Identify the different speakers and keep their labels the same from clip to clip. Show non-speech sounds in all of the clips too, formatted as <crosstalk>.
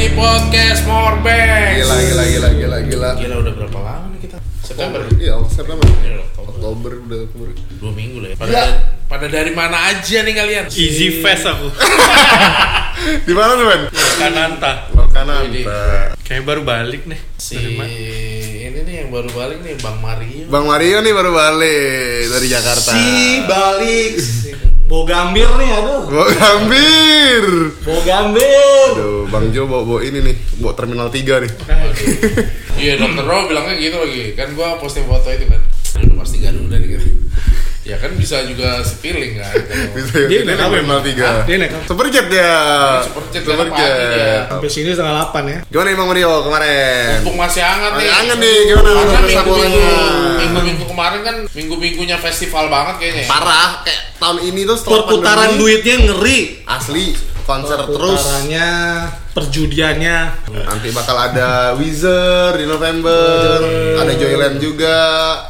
Speaker 1: podcast Morbex.
Speaker 2: Gila, gila, gila, gila, gila.
Speaker 1: Gila udah berapa lama nih kita? September.
Speaker 2: Iya, September.
Speaker 1: Iya, Oktober.
Speaker 2: Oktober udah Oktober.
Speaker 1: Dua minggu lah ya. Pada
Speaker 2: Gila.
Speaker 1: pada dari mana aja nih kalian?
Speaker 3: Easy fast aku.
Speaker 2: Di mana tuh, Ben?
Speaker 3: Kananta.
Speaker 2: Belok kanan.
Speaker 1: Jadi.
Speaker 2: Nah,
Speaker 3: Kayaknya baru balik nih.
Speaker 1: Si
Speaker 3: Dari mana?
Speaker 1: ini nih yang baru balik nih Bang Mario.
Speaker 2: Bang Mario nih baru balik dari Jakarta.
Speaker 4: Si balik. Bogambir nih aduh.
Speaker 2: Bawa gambir.
Speaker 4: Bogambir.
Speaker 2: Aduh, Bang Jo bawa, bawa ini nih, bawa terminal 3 nih.
Speaker 1: Iya dokter Ro bilangnya gitu lagi. Kan gua posting foto itu kan. Ini udah pasti Garuda nih gitu. Ya kan bisa juga sepiling kan.
Speaker 2: Bisa ya,
Speaker 3: Dia
Speaker 2: ini
Speaker 3: naik
Speaker 2: nih
Speaker 3: apa
Speaker 2: terminal
Speaker 3: emang?
Speaker 2: 3.
Speaker 3: Dia naik apa?
Speaker 2: Super jet dia.
Speaker 1: Super jet, karena pagi dia.
Speaker 3: Sampai sini setengah delapan ya.
Speaker 2: Gimana nih Bang Mario kemarin?
Speaker 1: Mumpung masih hangat nih.
Speaker 2: Masih hangat nih, gimana
Speaker 1: Karena
Speaker 2: menurut
Speaker 1: minggu-minggu
Speaker 2: kesabuannya?
Speaker 1: minggu-minggu kemarin kan minggu-minggunya festival banget kayaknya. ya.
Speaker 2: Parah, kayak tahun ini tuh setelah
Speaker 4: Perputaran
Speaker 2: pandemi,
Speaker 4: duitnya ngeri.
Speaker 2: asli konser terus.
Speaker 3: Perputarannya, perjudiannya.
Speaker 2: Nanti bakal ada Wizard di November, ada Joyland juga.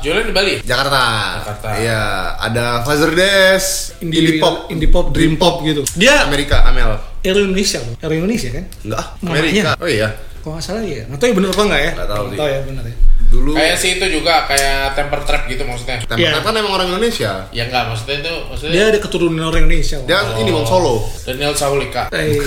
Speaker 1: Jualan di Bali.
Speaker 2: Jakarta.
Speaker 1: Jakarta.
Speaker 2: Iya, ada Fazer Des, Indie Pop, Iya.
Speaker 3: indie pop, dream pop gitu. Dia
Speaker 2: Amerika, Amel.
Speaker 3: Air Indonesia loh. Air Indonesia kan?
Speaker 2: Enggak, ah,
Speaker 3: Mamanya.
Speaker 2: Amerika. Oh iya.
Speaker 3: Kalau nggak salah ya. Nggak tahu ya bener apa nggak ya?
Speaker 2: Nggak tahu
Speaker 3: Nggak
Speaker 2: sih.
Speaker 3: tahu ya bener ya.
Speaker 2: Dulu
Speaker 1: Kayak si itu juga kayak temper trap gitu maksudnya.
Speaker 2: Tempat
Speaker 3: Iya.
Speaker 2: kan emang orang Indonesia.
Speaker 1: Ya enggak maksudnya itu maksudnya
Speaker 3: Dia ada keturunan orang Indonesia. loh.
Speaker 2: Dia kan ini Bang Solo.
Speaker 1: Daniel Saulika.
Speaker 3: Eh,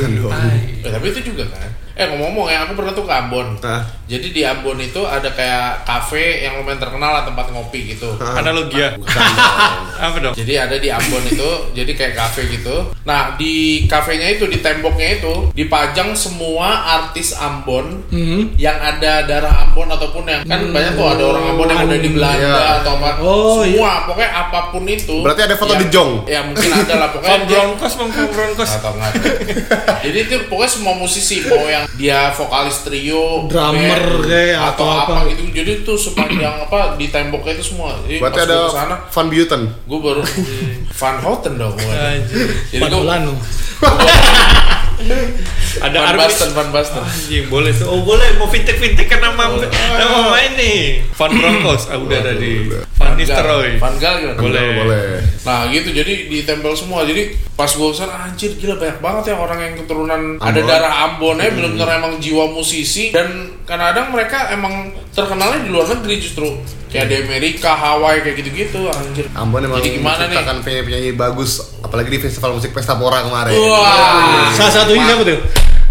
Speaker 1: Eh, tapi itu juga kan. Eh ngomong-ngomong ya, aku pernah tuh ke Ambon.
Speaker 2: Hah?
Speaker 1: Jadi di Ambon itu ada kayak kafe yang lumayan terkenal lah tempat ngopi gitu.
Speaker 3: Analogia.
Speaker 2: Bukan. dong.
Speaker 3: Apa dong?
Speaker 1: Jadi ada di Ambon itu, <laughs> jadi kayak kafe gitu. Nah di kafenya itu, di temboknya itu dipajang semua artis Ambon
Speaker 3: Hmm.
Speaker 1: yang ada darah Ambon ataupun yang kan banyak tuh ada orang Ambon yang udah di Belanda
Speaker 2: Iya.
Speaker 1: atau apa.
Speaker 3: Oh,
Speaker 1: semua pokoknya apapun itu.
Speaker 2: Berarti ada foto
Speaker 1: yang-
Speaker 2: di Jong?
Speaker 1: Ya mungkin ada lah pokoknya.
Speaker 3: Bang
Speaker 1: dia-
Speaker 3: Bronkos, Bang Bronkos.
Speaker 1: atau enggak. Jadi itu pokoknya semua musisi mau yang dia vokalis trio,
Speaker 3: Drummer kayak
Speaker 1: atau,
Speaker 3: atau
Speaker 1: apa.
Speaker 3: apa.
Speaker 1: gitu. Jadi itu sepanjang apa di temboknya itu semua. Jadi
Speaker 2: Berarti
Speaker 1: pas
Speaker 2: ada
Speaker 1: gua kesana,
Speaker 2: Van Buten.
Speaker 1: gue
Speaker 3: <laughs>
Speaker 1: baru Van Houten dong gue.
Speaker 3: Anjir.
Speaker 1: Jadi gue
Speaker 3: Padolano. Ada Ah,
Speaker 1: Van
Speaker 3: Arwis.
Speaker 1: Basten, Van Basten.
Speaker 3: Anjing boleh tuh. Oh boleh mau fintech fintech kan nama nama main nih. Van Broncos ah, udah ada di Van Nistelrooy.
Speaker 1: Van Gaal gimana?
Speaker 3: Boleh.
Speaker 2: Boleh.
Speaker 1: Nah gitu jadi ditempel semua jadi pas gue kesana anjir gila banyak banget ya orang yang keturunan ada darah
Speaker 3: Hmm.
Speaker 1: Ambonnya belum bener emang jiwa musisi dan kadang-kadang mereka emang terkenalnya di luar negeri justru kayak di Amerika Hawaii kayak gitu-gitu anjir
Speaker 2: Ambon emang
Speaker 1: jadi gimana nih
Speaker 2: menciptakan penyanyi-penyanyi bagus, apalagi di festival musik Pesta Pora kemarin.
Speaker 1: wah
Speaker 3: Salah satunya siapa tuh?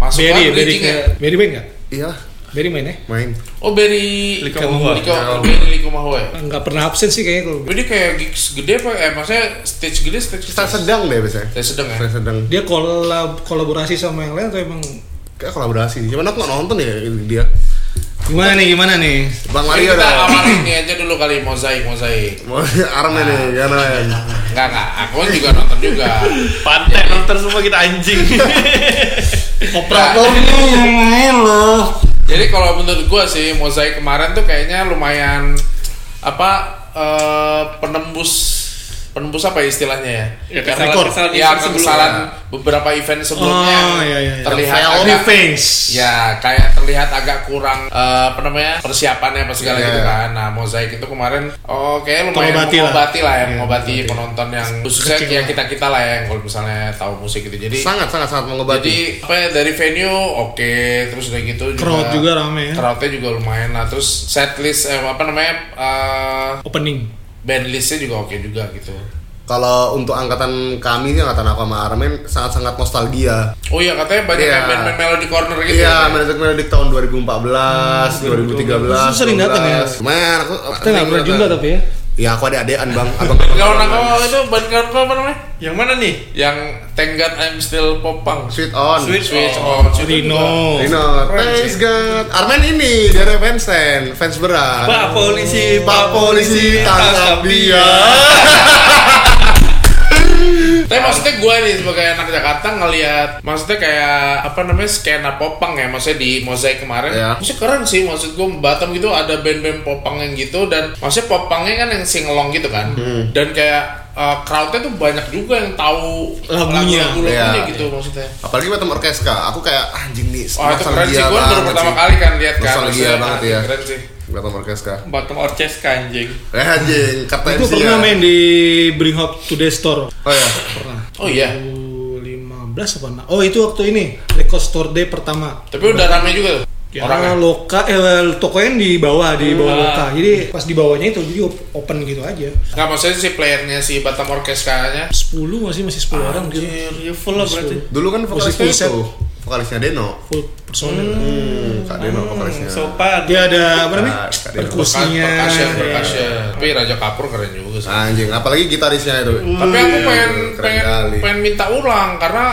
Speaker 1: masuk
Speaker 3: Berry,
Speaker 1: kan
Speaker 3: Berry
Speaker 1: bridging-nya.
Speaker 3: ke Berry main nggak?
Speaker 2: Iya,
Speaker 3: Berry main ya?
Speaker 2: main.
Speaker 1: oh Berry
Speaker 3: Likomahua.
Speaker 1: Liko- Berry Likomahua ya?
Speaker 3: Nggak pernah absen sih kayaknya kalau
Speaker 1: Jadi kayak gigs gede apa eh maksudnya stage gede stage
Speaker 2: Kita
Speaker 1: kecil?
Speaker 2: sedang deh biasanya.
Speaker 1: Stage sedang ya
Speaker 2: Saya sedang.
Speaker 3: dia kolab kolaborasi sama yang lain atau emang
Speaker 2: Kayak kolaborasi. Cuman aku nggak nonton ya dia.
Speaker 3: gimana nih gimana nih?
Speaker 2: Bang
Speaker 1: Jadi Iya,
Speaker 2: Mario
Speaker 1: kita
Speaker 2: dah. <laughs>
Speaker 1: awal ini aja dulu kali mozaik mozaik
Speaker 2: Mau armnya nih, gimana men?
Speaker 1: Enggak enggak, aku juga nonton juga.
Speaker 3: Pantai nonton semua kita anjing.
Speaker 1: Operator
Speaker 2: Nah,
Speaker 3: ini loh.
Speaker 1: Jadi kalau menurut gua sih mozaik kemarin tuh kayaknya lumayan apa eh, penembus penembus apa ya istilahnya ya?
Speaker 3: Ya,
Speaker 1: Karena-
Speaker 3: kesalahan-kesalahan
Speaker 1: ya,
Speaker 3: event
Speaker 1: kesalahan beberapa event sebelumnya
Speaker 3: Oh, iya, iya, iya.
Speaker 1: terlihat
Speaker 2: Yang
Speaker 1: agak,
Speaker 3: Revenge.
Speaker 1: ya kayak terlihat agak kurang eh, apa namanya persiapannya apa segala
Speaker 2: Iya,
Speaker 1: gitu
Speaker 2: iya.
Speaker 1: kan. Nah mozaik itu kemarin oke lumayan
Speaker 3: Mengobati
Speaker 1: mengobati,
Speaker 3: lah.
Speaker 1: lah ya
Speaker 3: Iya,
Speaker 1: mengobati
Speaker 3: mengobati.
Speaker 1: penonton yang khususnya
Speaker 3: Kecil.
Speaker 1: ya kita kita lah ya yang kalau misalnya tahu musik gitu. Jadi
Speaker 2: Sangat sangat sangat
Speaker 1: Jadi
Speaker 2: mengobati.
Speaker 1: apa ya dari venue oke terus udah gitu
Speaker 3: Crowd
Speaker 2: Nah.
Speaker 3: juga rame ya.
Speaker 1: crowdnya juga lumayan lah terus setlist eh, apa namanya eh,
Speaker 3: Opening.
Speaker 1: band listnya juga oke juga gitu
Speaker 2: Kalau untuk angkatan kami sih angkatan aku sama Armen sangat sangat nostalgia.
Speaker 1: oh iya katanya banyak
Speaker 2: Iya.
Speaker 1: yang band-band melody corner gitu
Speaker 2: Iya,
Speaker 1: ya,
Speaker 2: Melodic Melodic tahun 2014, 2013.
Speaker 3: Itu sering datang ya?
Speaker 2: 12. Lumayan, aku
Speaker 3: Kita nggak pernah jumpa tapi ya.
Speaker 2: Ya aku ada adean bang, abang.
Speaker 1: kalau nak oh, itu band cover apa namanya
Speaker 3: <laughs> Yang mana nih?
Speaker 1: yang Tenggat I'm Still Popang
Speaker 2: Sweet on.
Speaker 3: Sweet
Speaker 1: Switch
Speaker 3: Oh,
Speaker 1: on Switch on juga.
Speaker 3: Rino.
Speaker 2: Rino, thanks God. Armen ini dari fansen, fans berat.
Speaker 3: Pak polisi,
Speaker 2: Pak polisi tangkap dia.
Speaker 1: tapi maksudnya gue nih sebagai anak Jakarta ngelihat maksudnya kayak apa namanya skena popang ya maksudnya di mozaik kemarin
Speaker 2: Iya.
Speaker 1: maksudnya keren sih maksud gue Batam gitu ada band-band popang yang gitu dan maksudnya popangnya kan yang singelong gitu kan
Speaker 2: Hmm.
Speaker 1: dan kayak uh, crowdnya tuh banyak juga yang tahu
Speaker 3: Lagunya.
Speaker 1: lagu lagunya
Speaker 2: Iya.
Speaker 1: gitu maksudnya
Speaker 2: apalagi Batam Orkeska aku kayak "Ah, anjing nih
Speaker 1: Wah itu keren sih, gue baru
Speaker 2: banget
Speaker 1: pertama
Speaker 2: sih.
Speaker 1: kali kan lihat kan
Speaker 2: nostalgia
Speaker 1: maksudnya,
Speaker 2: banget
Speaker 1: anjing,
Speaker 2: ya
Speaker 1: Keren sih
Speaker 2: Batam Orkeska
Speaker 3: Bottom orches kanjing.
Speaker 2: eh anjing kata MC
Speaker 3: Gue
Speaker 2: ya
Speaker 3: pernah main di Bring Hop Today Store.
Speaker 2: oh ya
Speaker 3: Pernah.
Speaker 1: Oh iya
Speaker 3: 2015
Speaker 4: 16 apa enam? Oh itu waktu ini record store day pertama.
Speaker 1: Tapi ya? udah rame juga tuh
Speaker 4: Karena
Speaker 1: orangnya.
Speaker 4: loka eh, tokonya di bawah di bawah
Speaker 3: Hmm.
Speaker 4: loka. Jadi pas di bawahnya itu jadi op- open gitu aja.
Speaker 1: Nggak maksudnya si playernya si Batam Orkestranya.
Speaker 4: 10 masih masih 10 orang gitu.
Speaker 1: Anjir,
Speaker 3: Iya,
Speaker 1: ya full lah berarti.
Speaker 2: Dulu kan vokalisnya
Speaker 4: Musik full
Speaker 2: itu, vokalisnya Deno.
Speaker 4: Full personel.
Speaker 2: Hmm, Kak Deno vokalisnya.
Speaker 3: Sopan.
Speaker 4: Dia ada apa namanya?
Speaker 2: Ah, ada
Speaker 4: Perkusinya.
Speaker 1: percussion,
Speaker 2: iya.
Speaker 4: ada-
Speaker 1: percussion. Kan Tapi Raja Kapur keren juga sih.
Speaker 2: Anjing, apalagi gitarisnya itu. Iya,
Speaker 1: Tapi aku pengen
Speaker 2: Ah, Keren
Speaker 1: pengen
Speaker 2: kali.
Speaker 1: pengen minta ulang karena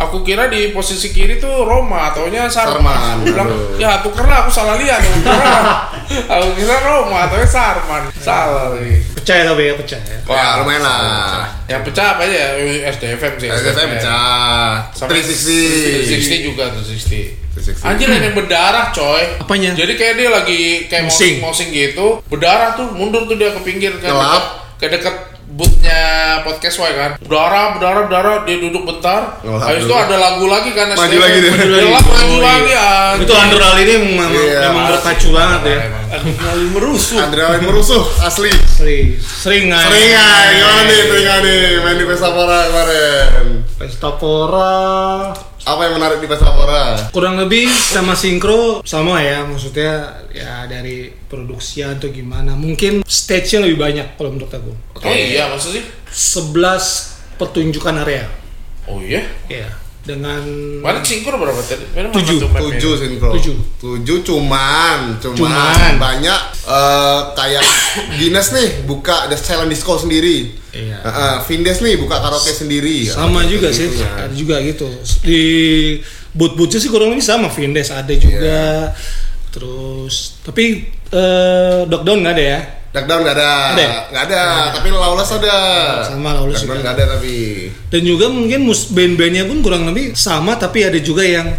Speaker 1: aku kira di posisi kiri tuh Roma, taunya
Speaker 2: Sarman,
Speaker 1: Sarman. Aku bilang,
Speaker 2: aduh.
Speaker 1: ya tuh karena aku salah lihat. Aku kira, <laughs> aku kira Roma, taunya Sarman. Salah nih.
Speaker 4: Percaya tapi ya percaya.
Speaker 2: Wah, lumayan lah.
Speaker 1: Yang Ya, pecah apa aja? SDFM sih.
Speaker 2: SSM pecah.
Speaker 1: Sama 360
Speaker 2: 360.
Speaker 1: juga 360.
Speaker 2: 360.
Speaker 1: Anjir ada yang berdarah coy
Speaker 4: Apanya?
Speaker 1: Jadi kayak dia lagi kayak
Speaker 4: Mosing.
Speaker 1: mosing-mosing gitu Berdarah tuh mundur tuh dia ke pinggir Kayak
Speaker 2: Gelap.
Speaker 1: deket, kayak deket bootnya podcast Y kan Berdarah, berdarah, berdarah Dia duduk bentar
Speaker 2: Gelap
Speaker 1: Habis itu
Speaker 2: dulu.
Speaker 1: ada lagu lagi kan
Speaker 2: Maju
Speaker 1: SDM.
Speaker 2: lagi dia.
Speaker 1: Maju lagi, Gelap, maju
Speaker 4: Oh,
Speaker 1: lagi
Speaker 4: iya.
Speaker 1: anjir.
Speaker 4: Itu Andral ini memang
Speaker 2: Iya,
Speaker 4: memang
Speaker 2: asik.
Speaker 4: berpacu banget ya.
Speaker 1: Emang.
Speaker 3: Lalu merusuh.
Speaker 2: Adrenalin merusuh, asli.
Speaker 4: Sering sering nggak?
Speaker 2: Seringan, gimana nih seringan nih main di Pestapora kemarin?
Speaker 4: Pesta Pora.
Speaker 2: Apa yang menarik di Pestapora?
Speaker 4: kurang lebih sama sinkro sama ya maksudnya ya dari produksi atau gimana mungkin stage-nya lebih banyak kalau menurut aku
Speaker 1: Oh iya maksud sih
Speaker 4: 11 pertunjukan area
Speaker 1: Oh iya
Speaker 4: ya dengan
Speaker 1: Mana singkur berapa tadi? Mana
Speaker 4: Tujuh.
Speaker 1: mana tuh mapnya?
Speaker 2: Tujuh sinkro.
Speaker 4: Tujuh.
Speaker 2: Tujuh cuman, cuman,
Speaker 4: Cuman.
Speaker 2: banyak eh, kayak Guinness nih buka the silent disco sendiri. Eh,
Speaker 4: Iya.
Speaker 2: eh, Vindes nih buka karaoke sendiri. ya.
Speaker 4: sama
Speaker 2: Apa
Speaker 4: juga sih
Speaker 2: gitu-gitunya.
Speaker 4: ada juga gitu di boot bootnya sih kurang lebih sama Vindes ada juga terus tapi eh dockdown nggak ada ya
Speaker 2: Duckdown nggak ada,
Speaker 4: Ada ya?
Speaker 2: nggak ada, tapi Lawless ada.
Speaker 4: Sama, Lawless
Speaker 2: Duckdown
Speaker 4: juga.
Speaker 2: nggak ada tapi.
Speaker 4: dan juga mungkin mus band-bandnya pun kurang lebih sama tapi ada juga yang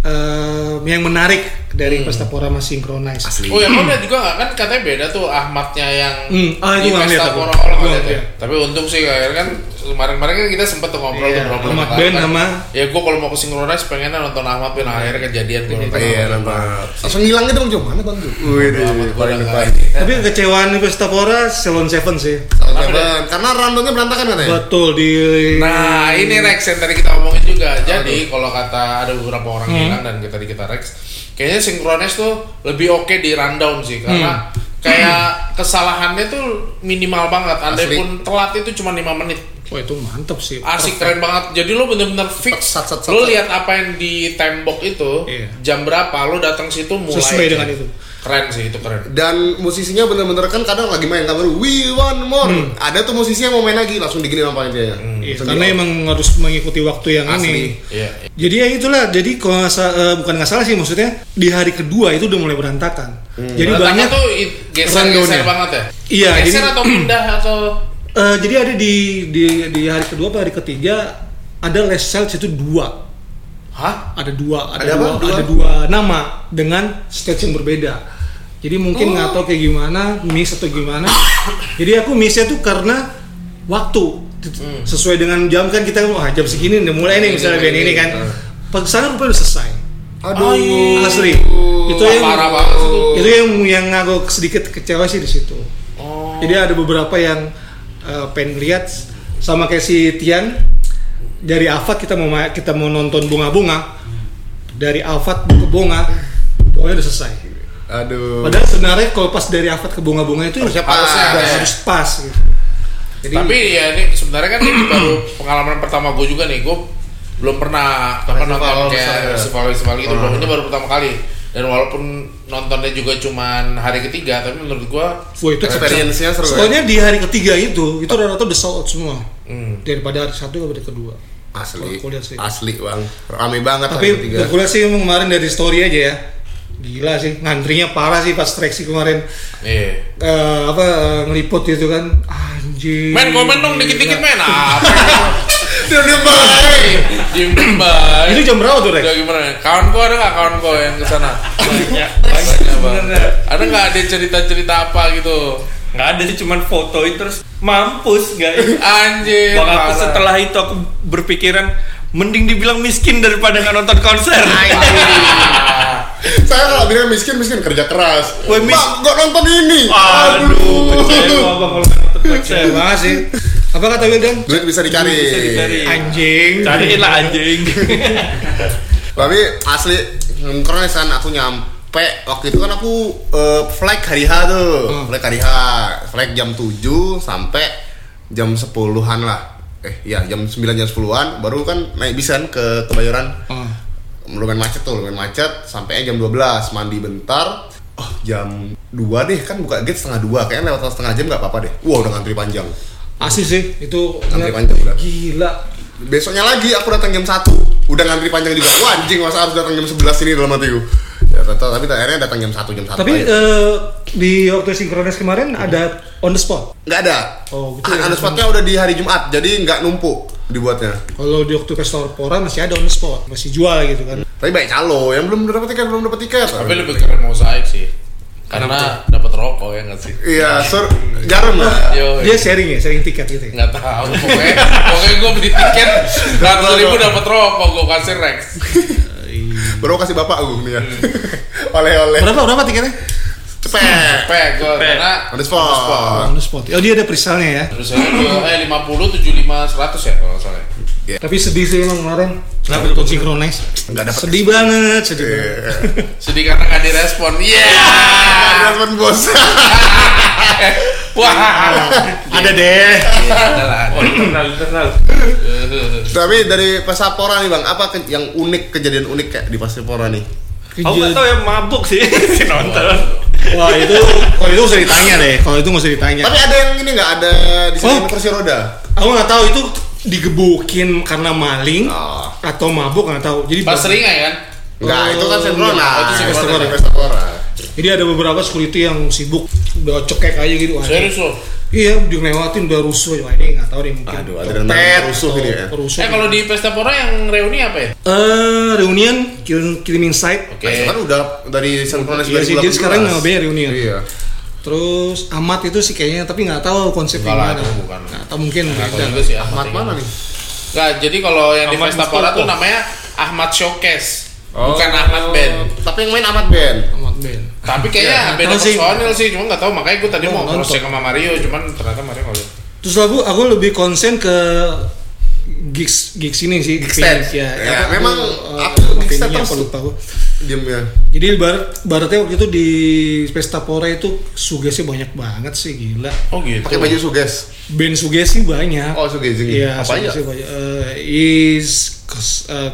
Speaker 4: eh, yang menarik dari Pesta Pora sama Synchronize
Speaker 2: Asli.
Speaker 1: Oh ya, kau lihat juga nggak kan katanya beda tuh Ahmadnya yang
Speaker 4: Iya. Hmm, ah, itu
Speaker 1: di
Speaker 4: nggak
Speaker 1: pesta
Speaker 4: lihat aku.
Speaker 1: Poro- oh, nggak
Speaker 4: Nggak
Speaker 1: lihat ya.
Speaker 4: lihat.
Speaker 1: Tapi untung sih akhirnya kan kemarin-kemarin kan kita sempet tuh ngobrol
Speaker 4: Iya,
Speaker 1: tuh ngobrol
Speaker 4: Ahmad Ben sama-
Speaker 1: ya gua kalau mau ke Sinkronize pengennya nonton Ahmad Ben akhirnya kejadian gua nonton
Speaker 2: Iya,
Speaker 1: Ahmad.
Speaker 2: nonton. Langsung hilang gitu bang, Jo. Mana bang Jo? Wih, deh,
Speaker 1: gua
Speaker 2: paling
Speaker 1: udah
Speaker 2: depan.
Speaker 1: nggak-
Speaker 4: Tapi kekecewaan di Pesta Pora Salon Seven sih.
Speaker 1: Eh.
Speaker 2: Sama Seven. Karena rundownnya berantakan katanya.
Speaker 4: Betul di
Speaker 1: Nah ini Rex yang tadi kita omongin juga Jadi kalau kata ada beberapa
Speaker 4: Hmm.
Speaker 1: orang bilang dan kita di kita Rex Kayaknya Synchronize tuh lebih oke di rundown sih
Speaker 4: Hmm.
Speaker 1: Karena kayak kesalahannya tuh minimal banget Andai
Speaker 2: Asli.
Speaker 1: pun telat itu cuma 5 menit
Speaker 4: Wah itu mantep sih.
Speaker 1: asik keren banget jadi lo bener-bener fix
Speaker 2: Sat, sat, sat,
Speaker 1: lo
Speaker 2: sat.
Speaker 1: lihat apa yang di tembok itu
Speaker 4: Iya.
Speaker 1: jam berapa lo datang situ mulai
Speaker 4: Sesuai
Speaker 1: aja.
Speaker 4: dengan itu.
Speaker 1: keren sih itu keren
Speaker 2: dan musisinya bener-bener kan kadang lagi main kabar we want more ada tuh musisi yang mau main lagi langsung digini sama panitia
Speaker 4: Hmm. Iya, karena emang harus mengikuti waktu yang
Speaker 2: Asli.
Speaker 4: ini.
Speaker 1: iya
Speaker 4: Jadi ya itulah. Jadi kalau nggak sa- eh, bukan nggak salah sih maksudnya di hari kedua itu udah mulai berantakan. Jadi
Speaker 1: Hmm. Berantakan
Speaker 4: banyak.
Speaker 1: tuh i- geser-geser
Speaker 4: rundown-nya.
Speaker 1: banget ya
Speaker 4: Iya,
Speaker 1: geser
Speaker 4: jadi-
Speaker 1: atau pindah atau
Speaker 4: eh, jadi ada di, di di hari kedua atau hari ketiga ada les sales itu dua.
Speaker 1: hah
Speaker 4: Ada dua. Ada,
Speaker 2: Ada apa?
Speaker 4: dua,
Speaker 2: Dua?
Speaker 4: Ada dua nama dengan stage yang berbeda. Jadi mungkin nggak tahu kayak gimana miss atau gimana. Jadi aku missnya tuh karena waktu sesuai dengan jam kan kita wah jam segini udah mulai nih misalnya band ini kan. Pesannya rupanya udah selesai.
Speaker 2: aduh
Speaker 4: Asli. Itu
Speaker 1: Wah,
Speaker 4: yang
Speaker 1: parah banget itu.
Speaker 4: itu yang yang aku sedikit kecewa sih di situ.
Speaker 1: oh
Speaker 4: Jadi ada beberapa yang eh, pengen lihat sama kayak si Tian dari Alfat kita mau ma- kita mau nonton bunga-bunga dari Alfat ke bunga pokoknya udah selesai.
Speaker 2: aduh
Speaker 4: Padahal sebenarnya kalau pas dari Alfat ke bunga-bunga itu
Speaker 2: Harusnya
Speaker 4: harus-
Speaker 2: pas,
Speaker 4: harus,
Speaker 1: ya.
Speaker 4: harus pas gitu. Jadi
Speaker 1: tapi ya ini sebenarnya kan ini baru pengalaman pertama gue juga nih gue belum pernah apa
Speaker 2: Festival
Speaker 1: nonton
Speaker 2: besar ya?
Speaker 1: kayak festival-festival gitu
Speaker 2: Ah.
Speaker 1: belum ini baru pertama kali dan walaupun nontonnya juga cuman hari ketiga tapi menurut gue
Speaker 4: wah itu
Speaker 2: experience-nya seru ya?
Speaker 4: Soalnya di hari ketiga itu itu rata-rata udah sold out semua.
Speaker 1: hmm,
Speaker 4: Daripada hari satu kepada kedua.
Speaker 2: asli
Speaker 4: Kalau aku lihat sih.
Speaker 2: asli bang rame banget hari
Speaker 4: Tapi
Speaker 2: ketiga.
Speaker 4: gue kuliah sih kemarin dari story aja ya. Gila sih, ngantrinya parah sih pas traksi kemarin.
Speaker 1: iya
Speaker 4: eh apa eh, ngeliput gitu kan anjing
Speaker 1: Men komen dong dikit-dikit
Speaker 4: Iya.
Speaker 1: men Ah, apa?
Speaker 2: Diem diem baik.
Speaker 1: Diem diem bay.
Speaker 4: itu jam berapa tuh Rek?
Speaker 1: Udah gimana? nih? Kawan gua ada nggak kawan gua yang kesana?
Speaker 3: Banyak.
Speaker 1: Banyak banget. Ada nggak ada cerita-cerita apa gitu?
Speaker 3: Nggak ada sih cuman fotoin terus mampus <laughs> guys.
Speaker 1: Anjir.
Speaker 3: Bang aku
Speaker 1: parah.
Speaker 3: setelah itu aku berpikiran mending dibilang miskin daripada nggak nonton konser.
Speaker 1: Parah.
Speaker 2: <laughs> Saya kalau bilang miskin miskin kerja keras.
Speaker 3: Woi, mis-
Speaker 2: Pak, gak nonton ini.
Speaker 3: <laughs> Aduh, Iya. kecewa bang kalau nggak dapet
Speaker 4: Keren
Speaker 3: kecewa.
Speaker 4: banget sih. Apa kata Wildan?
Speaker 2: Duit bisa dicari.
Speaker 3: Bisa
Speaker 1: Iya.
Speaker 3: dicari.
Speaker 4: Anjing.
Speaker 3: Cariin lah anjing. <laughs>
Speaker 2: Tapi asli mm, keren San aku nyampe waktu itu kan aku eh, flag hari H tuh. Flag hari H, flag jam 7 sampai jam 10-an lah. Eh iya jam 9 jam 10-an baru kan naik bisan ke Kebayoran.
Speaker 4: Oh.
Speaker 2: Lumayan macet tuh, lumayan macet sampai jam 12 mandi bentar. Oh, jam 2 deh kan buka gate setengah 2 kayaknya lewat setengah jam nggak apa-apa deh. Wah, udah ngantri panjang.
Speaker 4: Asli sih itu.
Speaker 2: Ngantri panjang udah.
Speaker 4: Gila.
Speaker 2: Besoknya lagi aku datang jam 1 Udah ngantri panjang juga Wah anjing masa harus datang jam 11 ini dalam hatiku Ya tata, tapi akhirnya datang jam 1 jam 1
Speaker 4: Tapi eh, di waktu sinkronis kemarin ada on the spot.
Speaker 2: Nggak ada
Speaker 4: Oh, gitu ya.
Speaker 2: Ada spotnya udah di hari Jumat Jadi nggak numpuk dibuatnya
Speaker 4: Kalau di waktu pesta pora masih ada on the spot, masih jual gitu kan.
Speaker 2: Tapi banyak calo Yang belum dapat tiket belum dapat tiket
Speaker 1: Tapi lebih keren mosaik sih. Karena dapat rokok ya nggak sih?
Speaker 2: Iya sur Garam lah
Speaker 1: Yo,
Speaker 4: Dia sharing ya, sharing tiket gitu ya.
Speaker 1: nggak tahu pokoknya pokoknya gue beli tiket ratus ribu dapat rokok gue kasih Rex
Speaker 2: Baru kasih bapak aku nih ya <laughs> Oleh-oleh
Speaker 4: Berapa berapa tiketnya?
Speaker 2: Cepet
Speaker 1: pe gue
Speaker 3: Pe.
Speaker 1: karena
Speaker 2: On the spot
Speaker 4: On the spot. Oh dia ada perisalnya ya.
Speaker 1: terus saya gue eh lima puluh tujuh lima seratus ya kalau nggak salah
Speaker 4: Tapi sedih sih emang kemarin.
Speaker 3: Kenapa tuh?
Speaker 4: Waktu sinkronis.
Speaker 2: Nggak Iya. dapet
Speaker 4: Sedih banget, sedih
Speaker 2: Eh.
Speaker 4: banget.
Speaker 2: <laughs>
Speaker 1: sedih karena nggak direspon iya
Speaker 2: Telepon bos
Speaker 1: <laughs>
Speaker 2: <laughs>
Speaker 1: wah
Speaker 4: Ada deh.
Speaker 1: Iya, ada lah, ada.
Speaker 3: internal internal.
Speaker 2: Tapi dari Pasapora nih bang Apa ke- yang unik kejadian unik kayak di Pasapora nih
Speaker 3: Aku nggak tahu ya mabuk sih <laughs> si nonton.
Speaker 4: Wah itu kalau Oh, itu usah ditanya deh. Kalau itu nggak usah ditanya.
Speaker 2: Tapi ada yang ini nggak ada di sini
Speaker 4: Oh.
Speaker 2: kursi roda.
Speaker 4: Aku nggak tahu itu digebukin karena maling
Speaker 2: Oh.
Speaker 4: atau mabuk nggak tahu. Jadi
Speaker 1: pas sering ya kan
Speaker 2: Enggak, itu kan
Speaker 4: iya.
Speaker 2: sentrona.
Speaker 1: Oh, itu
Speaker 4: Sentrona.
Speaker 2: Sentrona.
Speaker 4: Jadi ada beberapa security yang sibuk udah cekek aja gitu. Wah,
Speaker 1: serius loh
Speaker 4: Iya, dia ngelewatin udah rusuh. Wah, ini nggak tahu deh mungkin.
Speaker 2: Aduh,
Speaker 4: copet
Speaker 2: adrenalin rusuh
Speaker 4: atau
Speaker 2: ini ya.
Speaker 4: Perusuh.
Speaker 1: eh kalau di pesta pora yang reuni apa ya
Speaker 4: Eh, reunion kirim kirim insight.
Speaker 1: oke
Speaker 2: Kan udah dari sentrona
Speaker 4: Iya sih, dia sekarang namanya reunion.
Speaker 2: Iya.
Speaker 4: Terus Ahmad itu sih kayaknya tapi nggak tahu konsepnya
Speaker 1: Enggak lah,
Speaker 4: gimana.
Speaker 1: itu bukan.
Speaker 4: Nggak tahu mungkin
Speaker 1: Aku
Speaker 4: beda.
Speaker 1: juga sih
Speaker 2: Mat
Speaker 1: Ahmad
Speaker 2: mana
Speaker 1: mana
Speaker 2: nih?
Speaker 1: Nggak, jadi kalau yang di
Speaker 3: Ahmad
Speaker 1: pesta pora
Speaker 3: Mustopo.
Speaker 1: tuh Oh. namanya Ahmad Showcase
Speaker 4: Oh.
Speaker 1: bukan Ahmad Band
Speaker 2: Tapi yang main Ahmad Band.
Speaker 4: Ahmad Ben.
Speaker 1: Tapi kayaknya
Speaker 4: Ya,
Speaker 1: beda
Speaker 4: tahu sih.
Speaker 1: personil Iya. sih, cuma nggak tahu makanya gue tadi
Speaker 4: Oh,
Speaker 1: mau
Speaker 4: nonton.
Speaker 1: cross check sama Mario, cuman ternyata Mario nggak lihat.
Speaker 4: Terus aku aku lebih konsen ke gigs gigs ini sih.
Speaker 2: Gigs stand.
Speaker 4: Ya,
Speaker 2: Ya,
Speaker 4: apa,
Speaker 2: memang
Speaker 4: eh,
Speaker 2: aku gigs stand
Speaker 4: venue-nya apa
Speaker 2: terus.
Speaker 4: lupa aku.
Speaker 2: Diam ya.
Speaker 4: Jadi barat baratnya waktu itu di pesta pora itu sugesnya banyak banget sih gila.
Speaker 1: Oh gitu.
Speaker 2: Pakai baju suges.
Speaker 4: Band sugesti banyak.
Speaker 2: Oh, suges ini.
Speaker 4: Iya,
Speaker 2: Apa aja?
Speaker 4: sugesti banyak. Eh, is kes- eh,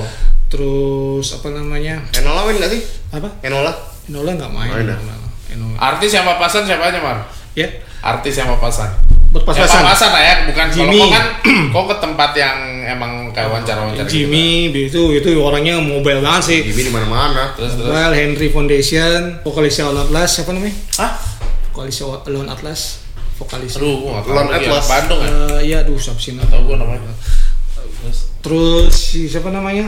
Speaker 2: Call.
Speaker 4: terus apa namanya?
Speaker 2: Enola main nggak sih?
Speaker 4: Apa?
Speaker 2: Enola.
Speaker 4: Enola nggak main.
Speaker 2: Oh, iya.
Speaker 4: Enola. Enola.
Speaker 1: Artis yang papasan siapa aja, Mar?
Speaker 4: Ya,
Speaker 1: Artis yang papasan. Ya,
Speaker 4: berpas-pasan.
Speaker 1: papasan lah ya, bukan kalau
Speaker 4: Jimmy.
Speaker 1: kok kan <clears throat> kok ke tempat yang emang kayak wawancara-wawancara. gitu.
Speaker 4: Jimmy itu itu orangnya mobile banget sih.
Speaker 2: Jimmy di mana-mana.
Speaker 1: Terus terus.
Speaker 4: Well, Henry Foundation, vokalisnya All Atlas, siapa namanya?
Speaker 1: Hah?
Speaker 4: Vokalisnya Alone Atlas, vokalis.
Speaker 1: Aduh, gua nggak tahu.
Speaker 2: Lon
Speaker 1: lagi,
Speaker 2: Atlas.
Speaker 1: anak Bandung ya.
Speaker 4: Eh, iya, aduh, siapa sih
Speaker 1: Tahu gua
Speaker 4: Nah.
Speaker 1: namanya. Terus
Speaker 4: Terus si siapa namanya?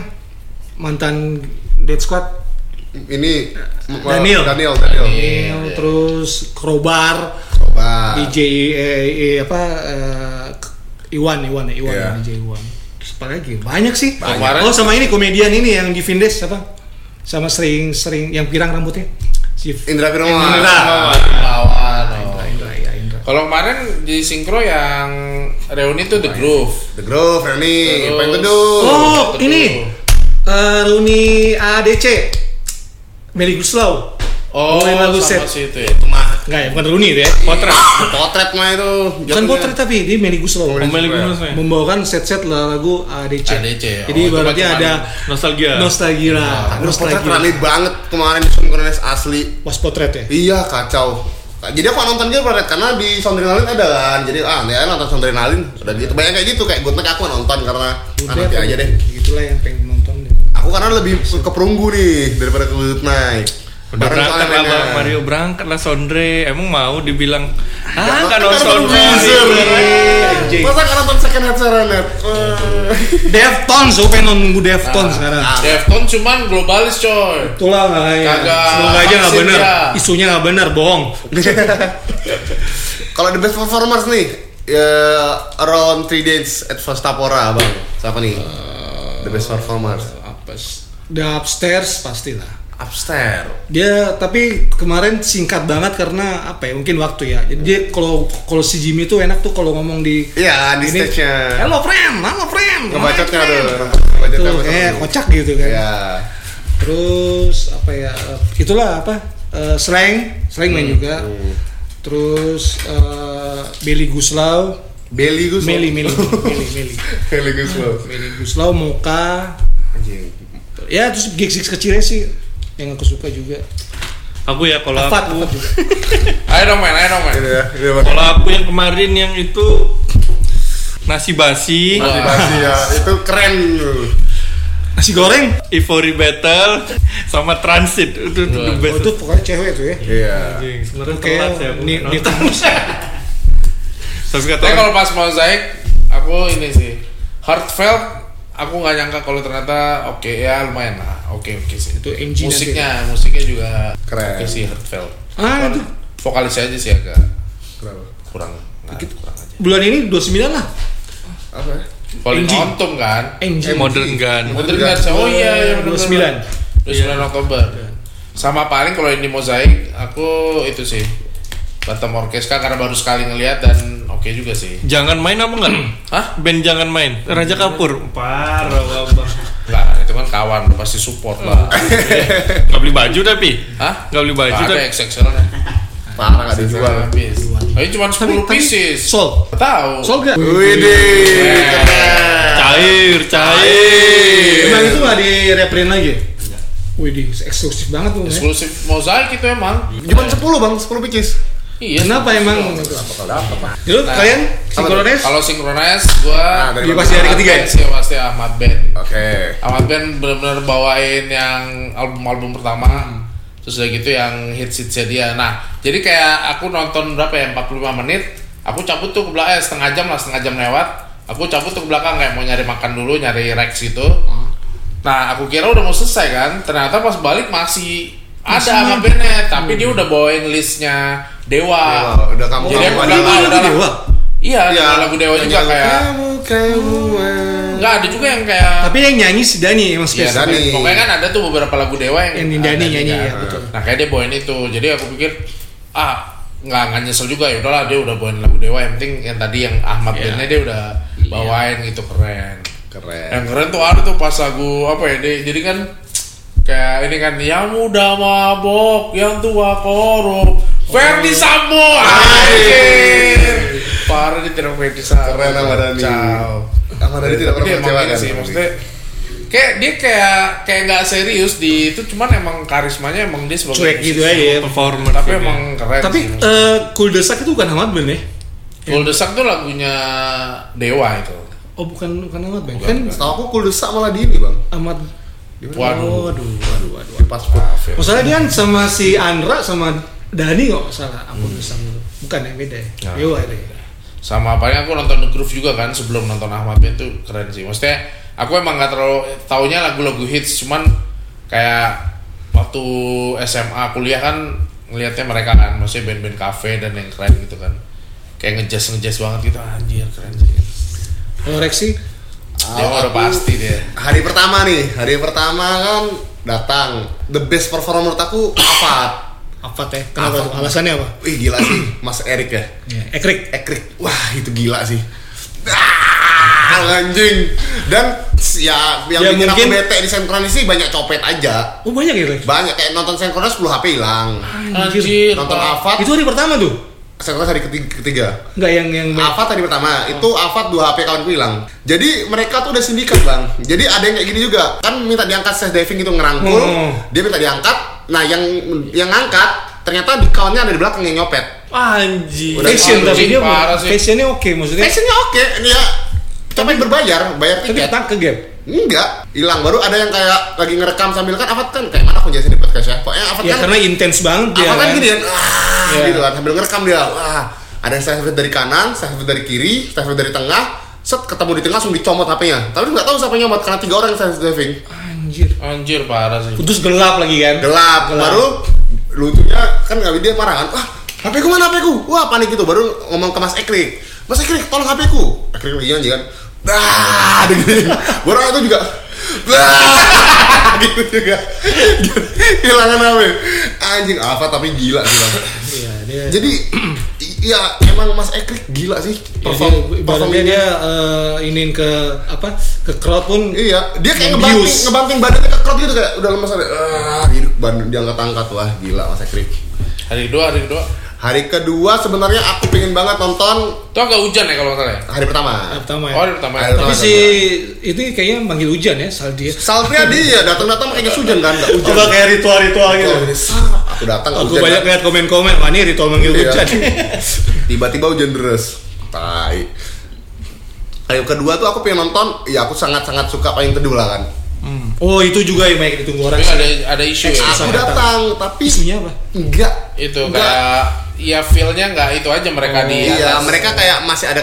Speaker 4: Mantan Dead Squad.
Speaker 2: Ini
Speaker 4: Daniel.
Speaker 2: Daniel,
Speaker 1: Iya,
Speaker 2: Daniel.
Speaker 4: Eh,
Speaker 1: iya. Nah.
Speaker 4: Terus Crowbar,
Speaker 2: Coba.
Speaker 4: DJ eh, eh, apa eh, Iwan, Iwan, eh, Iwan,
Speaker 2: Iya.
Speaker 4: DJ Iwan. Terus apa lagi? Banyak sih.
Speaker 1: Banyak. Nah, Kemarin-
Speaker 4: Oh, sama ini komedian ini yang di Vindes apa? Sama sering-sering yang pirang rambutnya. Si
Speaker 2: Indra
Speaker 1: Nah,
Speaker 2: Firman.
Speaker 4: Indra.
Speaker 1: lawan. oh.
Speaker 4: Indra, ya Indra.
Speaker 1: Kalau kemarin di sinkro yang reuni tuh The Groove.
Speaker 2: The Grove, Rani,
Speaker 1: Terus.
Speaker 2: Peng Teduh.
Speaker 4: Oh,
Speaker 1: Aduh.
Speaker 4: ini eh Runi ADC. Meli Guslow.
Speaker 1: Oh,
Speaker 4: Main lagu set.
Speaker 1: sama si itu ya.
Speaker 2: Mah,
Speaker 4: Enggak ya, bukan Runi itu ya.
Speaker 3: Potret.
Speaker 2: potret mah itu.
Speaker 4: Bukan
Speaker 2: jatuhnya.
Speaker 4: potret tapi dia Meli Guslow.
Speaker 3: Pemilik gunung saya.
Speaker 4: Membawakan set-set lagu ADC.
Speaker 1: ADC, oh,
Speaker 4: Jadi
Speaker 1: itu
Speaker 4: ibaratnya
Speaker 1: cuman-
Speaker 4: ada
Speaker 3: Nostalgia.
Speaker 4: nostalgia. Nah,
Speaker 2: Aduh, potret rame
Speaker 4: Nostalgia.
Speaker 2: banget kemarin di Synchronize asli.
Speaker 4: Was potret ya.
Speaker 2: Iya, kacau. Jadi aku nonton dia potret karena di Soundrenalin ada kan. Jadi ah, ya nonton Soundrenalin. Udah gitu banyak kayak gitu kayak Goodnight aku nonton karena ah, nanti aja deh.
Speaker 4: Itulah yang pengen nonton. deh.
Speaker 2: Aku karena lebih ke perunggu nih daripada ke Goodnight.
Speaker 3: Udah berangkat lah Bang
Speaker 2: Ah,
Speaker 3: Mario berangkat lah Sondre emang mau dibilang ah nggak nonton
Speaker 2: teaser.
Speaker 4: Anjing.
Speaker 2: Masa nggak nonton second head Serenet?
Speaker 4: Deftones, gue pengen nunggu Deftones sekarang.
Speaker 1: Defton cuman globalis coy.
Speaker 4: Ah, Itulah nggak ya.
Speaker 1: Kagak.
Speaker 4: Semoga aja nggak
Speaker 1: Vaksin
Speaker 4: benar.
Speaker 1: dia.
Speaker 4: Isunya nggak benar, bohong.
Speaker 2: Kalau the best performers nih, ya, around 3 days at Fastapora, bang. Siapa nih? the best performers.
Speaker 1: Apa sih?
Speaker 4: The upstairs pastilah.
Speaker 2: upstairs
Speaker 4: Dia tapi kemarin singkat banget karena apa ya? Mungkin waktu ya. Jadi dia kalau kalau si Jimmy tuh enak tuh kalau ngomong di
Speaker 2: iya di
Speaker 4: ini,
Speaker 2: stage nya
Speaker 4: Hello friend, hello friend.
Speaker 2: ngebacot kan
Speaker 4: Hi,
Speaker 2: tuh
Speaker 4: friend."
Speaker 2: ngebacot
Speaker 4: Tuh, kayak kocak gitu kan.
Speaker 2: ya
Speaker 4: Terus apa ya? eh, Itulah apa? eh, slang, slang
Speaker 2: Hmm,
Speaker 4: main juga. Terus eh Billy Guslau,
Speaker 2: Beli gue
Speaker 4: Meli,
Speaker 2: <laughs>
Speaker 4: Meli, Meli, Meli,
Speaker 2: Beli gue
Speaker 4: Meli Guslau, Moka.
Speaker 2: anjing
Speaker 4: Ya terus gigs gigs kecilnya sih yang aku suka juga.
Speaker 3: Aku ya kalau
Speaker 4: Fat,
Speaker 3: aku
Speaker 4: Fat juga.
Speaker 1: Ayo dong main, ayo dong main.
Speaker 2: gitu ya gitu ya
Speaker 3: kalau aku yang kemarin yang itu nasi basi,
Speaker 1: Nasi
Speaker 2: Masih ya itu keren
Speaker 4: Nasi goreng.
Speaker 3: Ivory Battle sama Transit itu, itu the
Speaker 1: Wah.
Speaker 3: best.
Speaker 4: Oh, itu pokoknya cewek tuh ya.
Speaker 2: iya
Speaker 3: Anjing, sebenarnya telat sih
Speaker 4: Kayak
Speaker 3: aku
Speaker 4: ni-
Speaker 3: nonton.
Speaker 4: Nita Musa.
Speaker 3: <laughs> Tapi kata
Speaker 1: Tapi
Speaker 3: orang,
Speaker 1: Eh, kalau pas mozaik, aku ini sih heartfelt. Aku nggak nyangka kalau ternyata oke ya lumayan lah, oke oke sih.
Speaker 4: Itu MG nanti.
Speaker 1: musiknya, musiknya juga
Speaker 2: Keren.
Speaker 1: Oke sih heartfelt.
Speaker 4: Ah,
Speaker 1: Cuman
Speaker 4: itu.
Speaker 1: Vokalisnya aja sih agak
Speaker 2: Kenapa?
Speaker 1: kurang, nah, kurang aja.
Speaker 4: Bulan ini 29 lah. Eh,
Speaker 2: apa ya?
Speaker 1: Paling
Speaker 4: MG.
Speaker 1: untung kan.
Speaker 3: "Eh,
Speaker 4: Anjing.
Speaker 3: modern gun.
Speaker 1: Bener nggak sih? Oh iya, iya, bener,
Speaker 4: 29.
Speaker 1: bener. 29
Speaker 4: Iya.
Speaker 1: Oktober. Sama paling kalau yang di mozaik, aku itu sih Batam Orkestra karena baru sekali ngelihat dan oke juga sih.
Speaker 3: Jangan main apa enggak?
Speaker 1: <clears throat> Hah?
Speaker 3: Band jangan main. Raja Kapur. Parah babah.
Speaker 1: Lah, itu kan kawan pasti support lah.
Speaker 3: Eh, Enggak beli baju tapi.
Speaker 1: Hah?
Speaker 3: Enggak beli baju
Speaker 1: Gak Nah, ada
Speaker 4: kan-
Speaker 3: tapi.
Speaker 1: XXL-nya.
Speaker 2: parah nggak dijual
Speaker 1: habis. Nah, Ini cuma 10
Speaker 4: Nah, Tapi tapi
Speaker 1: pieces.
Speaker 4: Sol.
Speaker 1: Nggak Tahu.
Speaker 4: Sol gak?
Speaker 2: Widih, keren.
Speaker 3: Cair, cair.
Speaker 4: Emang itu gak di reprint lagi? Widih, eksklusif banget tuh. ya.
Speaker 1: eksklusif mozaik itu emang.
Speaker 2: Cuman 10 bang, 10 pieces.
Speaker 1: Iya.
Speaker 4: Kenapa emang?
Speaker 2: Bakal dapat Pak.
Speaker 4: Jadi
Speaker 1: Nah,
Speaker 4: kalian
Speaker 2: apa
Speaker 4: sinkronis?
Speaker 1: Kalau sinkronize gua
Speaker 2: Nah, dari
Speaker 4: Iya, pasti hari ketiga ya?
Speaker 1: Sih pasti Ahmad Band.
Speaker 2: Oke.
Speaker 1: Ahmad Band benar-benar bawain yang album-album pertama. Terus udah gitu yang hits-hitsnya dia. Nah, jadi kayak aku nonton berapa ya? 45 menit. Aku cabut tuh ke belakang eh, setengah jam lah, setengah jam lewat. Aku cabut tuh ke belakang kayak mau nyari makan dulu, nyari Rex itu. Nah, aku kira udah mau selesai kan. Ternyata pas balik masih ada Ahmad Band-nya, tapi dia udah bawain listnya Dewa.
Speaker 2: Dewa, udah kamu
Speaker 1: Ah. Jadi
Speaker 2: kamu
Speaker 1: aku
Speaker 2: aja.
Speaker 1: bilang, ah,
Speaker 4: Lagu
Speaker 1: udah lah.
Speaker 4: Dewa?
Speaker 1: Iya, ada lagu Dewa ya. juga
Speaker 2: Nyanyi
Speaker 1: kayak
Speaker 2: Kamu, kamu.
Speaker 1: Enggak ada juga yang kayak
Speaker 4: Tapi yang nyanyi si Dani emang
Speaker 1: Iya,
Speaker 4: spesial.
Speaker 2: Dani.
Speaker 1: tapi pokoknya kan ada tuh beberapa lagu Dewa yang
Speaker 4: Yang Dani
Speaker 1: ada
Speaker 4: nyanyi,
Speaker 1: juga.
Speaker 4: ya, betul.
Speaker 1: Nah, kayak dia bawain itu. Jadi aku pikir ah nggak nggak nyesel juga ya udahlah dia udah bawain lagu Dewa yang penting yang tadi yang Ahmad
Speaker 4: Iya.
Speaker 1: Bandnya dia udah bawain gitu keren.
Speaker 2: Keren.
Speaker 1: Yang keren tuh ada tuh pas lagu apa ya? dia- jadi kan kayak ini kan yang muda mabok, yang tua korup.
Speaker 4: Oh.
Speaker 1: Ferdi Sambo. Anjir. Parah di terong Ferdi Sambo.
Speaker 2: Keren sama Dani.
Speaker 1: Ciao.
Speaker 2: Ahmad Dhani tidak pernah
Speaker 1: Tapi
Speaker 2: kan?
Speaker 1: emang
Speaker 2: mengecewakan.
Speaker 1: ini sih maksudnya kayak dia kayak kayak nggak serius di itu cuman emang karismanya emang dia sebagai
Speaker 4: Cuek
Speaker 1: musisi.
Speaker 4: gitu aja ya.
Speaker 3: Performer.
Speaker 1: Tapi emang keren
Speaker 4: Tapi
Speaker 1: sih.
Speaker 4: eh Kuldesak itu bukan Ahmad Ben ya?
Speaker 1: Full Desak tuh lagunya Dewa itu.
Speaker 4: Oh bukan bukan Ahmad Ben.
Speaker 1: Bukan,
Speaker 4: Kan
Speaker 1: bukan.
Speaker 2: Setahu aku kuldesak malah di ini bang.
Speaker 4: Ahmad
Speaker 1: Waduh.
Speaker 4: Waduh, waduh, waduh.
Speaker 2: Di paspor.
Speaker 1: Maaf ya.
Speaker 4: Masalahnya dia kan sama si Andra sama Dani nggak salah. Aku
Speaker 2: Hmm.
Speaker 4: bisa menurut. Bukan yang beda ya.
Speaker 1: Nah.
Speaker 4: Dewa ini.
Speaker 1: Sama paling aku nonton The Groove juga kan sebelum nonton Ahmad Ben tuh keren sih. Maksudnya aku emang nggak terlalu taunya lagu-lagu hits cuman kayak waktu SMA kuliah kan ngelihatnya mereka kan maksudnya band-band cafe dan yang keren gitu kan kayak ngejazz ngejazz banget gitu anjir keren sih
Speaker 4: Kalau Rexy,
Speaker 1: Dewa
Speaker 2: Aku-
Speaker 1: udah pasti dia
Speaker 2: Hari pertama nih, hari pertama kan datang. The best performer menurut aku Afat.
Speaker 4: apa teh? Kenapa?
Speaker 2: Apa?
Speaker 4: tuh? Alasannya apa? Eh,
Speaker 2: Wih gila sih, <clears throat> Mas Erik ya.
Speaker 4: Ekrik.
Speaker 2: Ekrik, wah itu gila sih. Ah, anjing. Dan ya yang
Speaker 4: Ya,
Speaker 2: bikin
Speaker 4: mungkin-
Speaker 2: aku bete di sinkronis sih banyak copet aja.
Speaker 4: Oh banyak ya Rex?
Speaker 2: Banyak kayak nonton sinkronis 10 HP hilang.
Speaker 1: Anjir,
Speaker 2: Nonton
Speaker 1: Pak.
Speaker 2: Afat,
Speaker 4: Itu hari pertama tuh?
Speaker 2: sinkronis hari ketiga. ketiga.
Speaker 4: Nggak yang yang
Speaker 2: Afat tadi pertama, itu Afat dua HP kawanku hilang. Jadi mereka tuh udah sindikat bang. Jadi ada yang kayak gini juga, kan minta diangkat self diving gitu ngerangkul,
Speaker 4: Hmm.
Speaker 2: dia minta diangkat. Nah yang yang ngangkat ternyata di kawannya ada di belakang yang nyopet.
Speaker 3: Anjir.
Speaker 2: Udah
Speaker 4: fashion
Speaker 1: parah
Speaker 4: tapi
Speaker 1: sih,
Speaker 4: dia
Speaker 1: parah sih.
Speaker 4: fashionnya oke maksudnya.
Speaker 2: Fashionnya oke, dia copet berbayar, bayar
Speaker 4: Tapi
Speaker 2: tiket.
Speaker 4: datang ke game.
Speaker 2: Enggak, hilang. Baru ada yang kayak lagi ngerekam sambil kan Afat kan kayak mana aku jelasin di podcast ya. Pokoknya Afat
Speaker 4: Ya
Speaker 2: kan
Speaker 4: karena intens banget dia.
Speaker 2: Afat kan
Speaker 4: kan.
Speaker 2: gini kan. "Ah,"
Speaker 4: Iya.
Speaker 2: gitu kan sambil ngerekam dia. Wah, ada yang saya dari kanan, saya dari kiri, saya dari tengah. Set ketemu di tengah langsung dicomot HP-nya. Tapi nggak tahu siapa yang nyomot karena tiga orang yang self diving.
Speaker 4: Anjir.
Speaker 1: Anjir parah sih.
Speaker 4: Terus gelap lagi kan?
Speaker 2: Gelap. Baru lucunya kan nggak dia marah kan. Wah, HP ku mana HP ku? Wah, panik gitu. Baru ngomong ke Mas Ekrik. <laughs> Mas Ekrik, tolong HP ku. Ekrik lagi kan. Dah, gitu. Baru itu juga Blah! <laughs> gitu juga Gitu. kehilangan HP anjing apa tapi gila gila
Speaker 4: Iya, dia
Speaker 2: jadi <clears throat> i- ya emang Mas Ekrik gila sih perform
Speaker 4: perform,
Speaker 2: performnya
Speaker 4: ibaratnya Iya, dia eh, iniin ke apa ke crowd pun
Speaker 2: iya dia kayak
Speaker 4: Yang
Speaker 2: ngebanting
Speaker 4: bius.
Speaker 2: ngebanting badannya ke crowd gitu kayak udah lemas ada ah gitu badan diangkat angkat wah gila Mas Ekrik
Speaker 1: Hari kedua, hari kedua.
Speaker 2: hari kedua sebenarnya aku pengen banget nonton
Speaker 1: Itu agak hujan ya kalau nggak salah ya?
Speaker 2: hari pertama
Speaker 4: Yang pertama ya.
Speaker 1: Oh, hari pertama.
Speaker 2: Hari
Speaker 4: Tapi
Speaker 2: pertama.
Speaker 4: si ini kayaknya manggil hujan ya saldi. <laughs>
Speaker 2: Saltnya dia datang-datang pakai hujan kan, nggak hujan.
Speaker 3: Coba kayak ritual-ritual gitu.
Speaker 2: Kalau ini, sar, Aku datang nggak
Speaker 4: Aku
Speaker 2: hujan.
Speaker 4: banyak
Speaker 2: kan.
Speaker 4: lihat komen-komen, wah ini ritual manggil
Speaker 2: Iya.
Speaker 4: hujan. <laughs>
Speaker 2: Tiba-tiba hujan deras. Tai. Hari kedua tuh aku pengen nonton, ya aku sangat-sangat suka paling teduh lah kan.
Speaker 4: Oh itu juga yang banyak ditunggu orang.
Speaker 2: Iya.
Speaker 1: Tapi ada ada isu
Speaker 4: Iya,
Speaker 1: ya.
Speaker 2: Aku datang, tapi
Speaker 4: Isunya apa?
Speaker 2: enggak.
Speaker 1: Itu
Speaker 4: kan.
Speaker 2: enggak.
Speaker 1: kayak ya feel-nya nggak itu aja mereka di
Speaker 2: Iya,
Speaker 1: atas.
Speaker 2: mereka kayak masih ada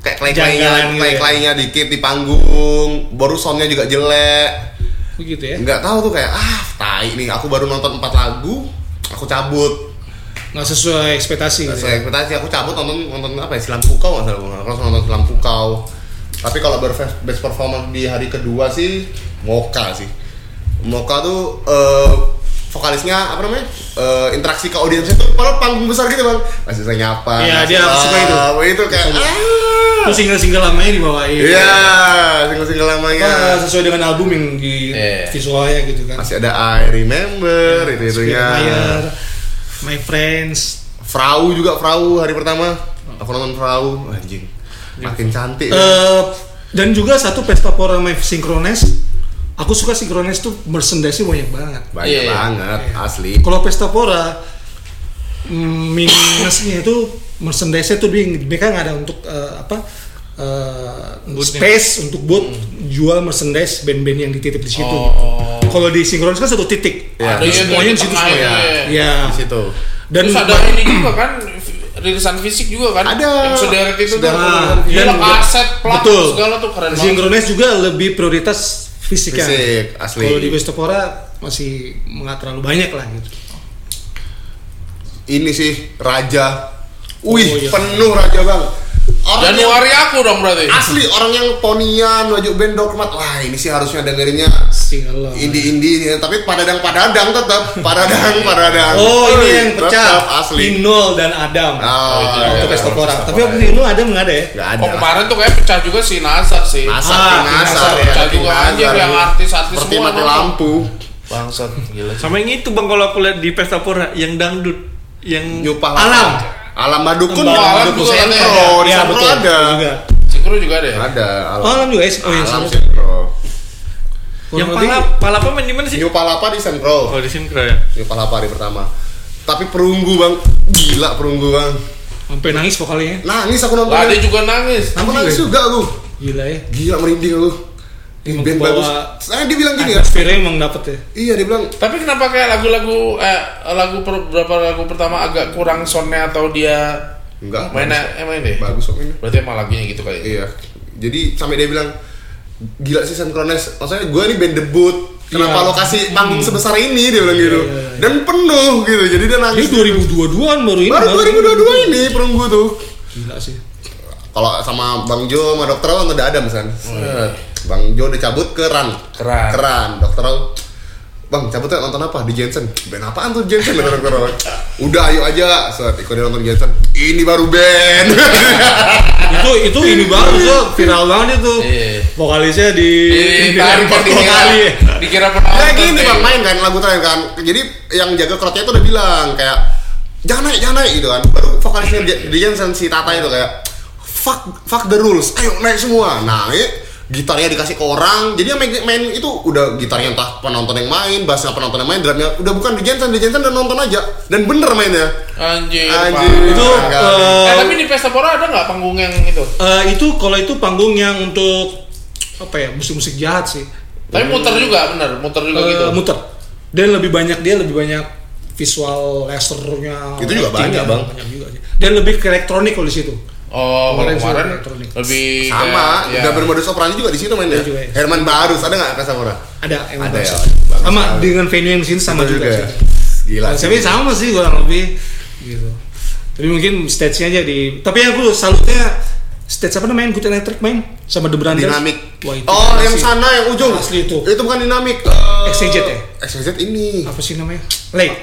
Speaker 2: kayak
Speaker 4: Jangan
Speaker 2: klay-klaynya,
Speaker 4: gitu ya.
Speaker 2: klay-klaynya dikit di panggung. Baru soundnya juga jelek.
Speaker 4: Begitu ya.
Speaker 2: Nggak tahu tuh kayak ah, tai nih. Aku baru nonton 4 lagu, aku cabut.
Speaker 4: Nggak sesuai ekspektasi. gitu ya.
Speaker 2: Sesuai ekspektasi aku cabut nonton nonton apa ya silam pukau nggak salah gue nggak salah nonton silam pukau tapi kalau berfe- best performance di hari kedua sih moka sih moka tuh eh, vokalisnya apa namanya eh, interaksi ke audiensnya tuh kalau panggung besar gitu bang masih saya nyapa
Speaker 4: Iya,
Speaker 2: ngasih
Speaker 4: dia suka itu.
Speaker 2: salam, itu kayak ah.
Speaker 4: Itu single-single lamanya dibawain.
Speaker 2: iya single single
Speaker 4: Apa,
Speaker 2: lamanya
Speaker 4: sesuai dengan album yang di
Speaker 1: Iya.
Speaker 4: visualnya gitu kan.
Speaker 2: masih iya. ada I remember itu itunya
Speaker 4: Spiritfire, My Friends.
Speaker 2: Frau juga Frau hari pertama aku nonton Frau anjing makin cantik
Speaker 4: Eh, dan juga satu pesta pora my sinkrones. Aku suka sinkrones tuh merchandise-nya banyak banget.
Speaker 2: banyak
Speaker 1: Iya.
Speaker 2: banget asli
Speaker 4: Kalau pesta pora mm, minusnya itu merchandise-nya tuh dia- mereka nggak ada untuk eh, apa eh,
Speaker 3: Booth-nya.
Speaker 4: space untuk buat jual merchandise band-band yang dititip di situ.
Speaker 1: Oh.
Speaker 4: Kalau di sinkrones kan satu titik.
Speaker 2: Iya.
Speaker 1: Ada yang
Speaker 4: Semuanya
Speaker 1: dari
Speaker 4: di situ
Speaker 1: tengah
Speaker 4: semua
Speaker 1: itu
Speaker 2: ya.
Speaker 1: ya.
Speaker 4: Iya.
Speaker 2: di situ
Speaker 4: Dan
Speaker 1: Terus ada ini juga kan rilisan fisik juga kan?
Speaker 2: Ada.
Speaker 1: Yang sederet itu tuh. kan
Speaker 2: Sederet.
Speaker 1: Film
Speaker 4: Dan juga-
Speaker 1: aset, plat,
Speaker 4: betul.
Speaker 1: segala tuh keren banget.
Speaker 4: Sinkrones juga lebih prioritas fisiknya.
Speaker 2: Fisik, asli.
Speaker 4: Kalau di Westopora masih nggak terlalu banyak lah gitu.
Speaker 2: ini sih raja wih
Speaker 4: Oh, iya.
Speaker 2: penuh raja bang orang yang,
Speaker 1: Januari aku dong berarti.
Speaker 2: asli orang yang ponian baju band dokmat wah ini sih harusnya dengerinnya
Speaker 4: Single.
Speaker 2: indie indie eh, tapi padadang padadang tetap padadang padadang
Speaker 4: Oh ini
Speaker 2: Wih,
Speaker 4: yang
Speaker 2: tetap
Speaker 4: pecah. Oh,
Speaker 2: asli
Speaker 4: Ignol dan Adam.
Speaker 2: Ah,
Speaker 4: Waktu
Speaker 2: iya,
Speaker 4: Westopora.
Speaker 2: Westopora.
Speaker 4: Tapi waktu Ignol Adam nggak ada ya?
Speaker 2: nggak ada
Speaker 1: Oh kemarin tuh kayak pecah juga si Nasar sih.
Speaker 2: Nasar,
Speaker 4: Ah,
Speaker 2: King Nasar,
Speaker 4: Nasar,
Speaker 2: ya,
Speaker 1: pecah
Speaker 2: King
Speaker 1: juga
Speaker 2: Nasar.
Speaker 1: aja, yang artis-artis
Speaker 2: Seperti
Speaker 1: semua,
Speaker 2: mati
Speaker 1: Bang.
Speaker 2: lampu
Speaker 1: Bangsat, gila sih.
Speaker 3: Sama yang itu bang kalau aku lihat di pesta pora yang dangdut yang
Speaker 2: nyupah
Speaker 4: Alam.
Speaker 2: alam madukun
Speaker 4: Alam
Speaker 2: alam
Speaker 1: Madukun
Speaker 2: juga
Speaker 1: ada ya?
Speaker 2: sentro di
Speaker 4: Iya,
Speaker 2: sentro ada
Speaker 4: Juga.
Speaker 1: Sikro juga ada ya?
Speaker 2: ada
Speaker 4: Oh, Alam juga ya? Oh, iya,
Speaker 2: alam
Speaker 4: sama.
Speaker 2: sentro
Speaker 3: yang
Speaker 4: Kurang lebih-
Speaker 3: pala pala apa main di mana sih?
Speaker 2: New Palapa di Sentro.
Speaker 3: Oh di sini keren ya.
Speaker 2: New Palapa hari pertama. Tapi perunggu bang, gila perunggu bang.
Speaker 4: Sampai nangis vokalnya. ya.
Speaker 2: Nangis aku nonton.
Speaker 1: Lah dia juga nangis.
Speaker 2: aku nangis
Speaker 4: Nangis
Speaker 2: juga lu.
Speaker 4: Gila ya.
Speaker 2: Gila merinding lu. Ini
Speaker 4: Emang
Speaker 2: band
Speaker 4: kebawa-
Speaker 2: bagus. Nah, dia bilang gini ya.
Speaker 4: Atmosfernya emang dapet ya.
Speaker 2: Iya dia bilang
Speaker 1: Tapi kenapa kayak lagu-lagu eh lagu per, berapa lagu pertama agak kurang soundnya atau dia
Speaker 2: enggak.
Speaker 1: main eh, main deh.
Speaker 2: Bagus kok ini.
Speaker 1: Berarti emang lagunya gitu kayak.
Speaker 2: Iya. Jadi sampai dia bilang gila sih Synchronize. Maksudnya gue ini band debut. Kenapa
Speaker 4: Iya.
Speaker 2: lokasi panggung sebesar ini dia bilang gitu. Dan penuh gitu. Jadi dia
Speaker 4: Ini
Speaker 2: nangis.
Speaker 4: 2022-an baru ini.
Speaker 2: Baru 2022 ini perunggu tuh.
Speaker 4: Gila sih.
Speaker 2: kalau sama Bang Jo sama Dokter Al udah ada misalnya. Set. Bang Jo udah cabut ke Ran.
Speaker 1: Keran.
Speaker 2: Keran. Dokter Al Bang cabut ya nonton apa di Jensen? Band apaan tuh Jensen? Kata Dokter Al. Udah ayo aja. Set ikutin nonton Jensen. Ini baru <laughs> band.
Speaker 4: itu itu ini banget
Speaker 3: <laughs>
Speaker 4: tuh viral banget itu.
Speaker 1: Iya.
Speaker 4: Vokalisnya di
Speaker 1: Iya, tarik
Speaker 4: dilempar dua
Speaker 1: dikira,
Speaker 4: kali ya.
Speaker 1: dikira
Speaker 2: ya
Speaker 1: penonton.
Speaker 2: gini
Speaker 1: deh.
Speaker 2: Bang main kan lagu terakhir kan. Jadi yang jaga crowdnya tuh udah bilang kayak jangan naik, jangan naik gitu kan. Baru vokalisnya di di Jensen si Tata itu kayak fuck fuck the rules. Ayo naik semua. Naik gitarnya dikasih ke orang jadi yang main, main itu udah gitarnya entah penonton yang main bassnya penonton yang main drumnya udah bukan di Jensen di Jensen dan nonton aja dan bener mainnya Nah, kan.
Speaker 1: Anjir.
Speaker 2: Anjir.
Speaker 4: Itu
Speaker 2: Enggak.
Speaker 1: Pak. Iya, Eh
Speaker 4: eh,
Speaker 1: tapi di Pesta Pora ada nggak panggung yang itu?
Speaker 4: eh, itu kalau itu panggung yang untuk apa ya musik-musik jahat sih.
Speaker 1: Tapi muter juga bener, muter juga
Speaker 4: Eh,
Speaker 1: gitu.
Speaker 4: muter. Dan lebih banyak dia lebih banyak visual lasernya.
Speaker 2: Itu juga banyak,
Speaker 4: lightingnya,
Speaker 2: Bang.
Speaker 4: Banyak juga sih. Dan lebih ke elektronik kalau di situ.
Speaker 1: Oh, kalau
Speaker 4: Kemarin sih
Speaker 1: kemarin
Speaker 4: elektronik.
Speaker 1: lebih
Speaker 2: sama
Speaker 1: kayak- ya.
Speaker 2: udah bermodus operandi juga di situ mainnya
Speaker 4: Iya juga ya.
Speaker 2: Herman Barus ada nggak Kasamura
Speaker 4: Ada emang
Speaker 2: Ada
Speaker 4: bagus.
Speaker 2: ya, bagus
Speaker 4: Sama
Speaker 2: sekali.
Speaker 4: dengan venue yang di sini sama
Speaker 2: Itu
Speaker 4: juga. sih.
Speaker 2: ya? gila sih.
Speaker 4: Konsepnya sama sih kurang lebih gitu. Tapi mungkin stage-nya aja di tapi aku salutnya stage apa namanya Good Electric main sama The Branders
Speaker 2: Dinamik.
Speaker 4: Wah, itu
Speaker 2: oh,
Speaker 4: asli.
Speaker 2: yang sana yang ujung.
Speaker 4: Asli itu.
Speaker 2: Itu bukan dinamik. Eh,
Speaker 4: XCJ ya?
Speaker 2: XCJ ini.
Speaker 4: apa sih namanya Lake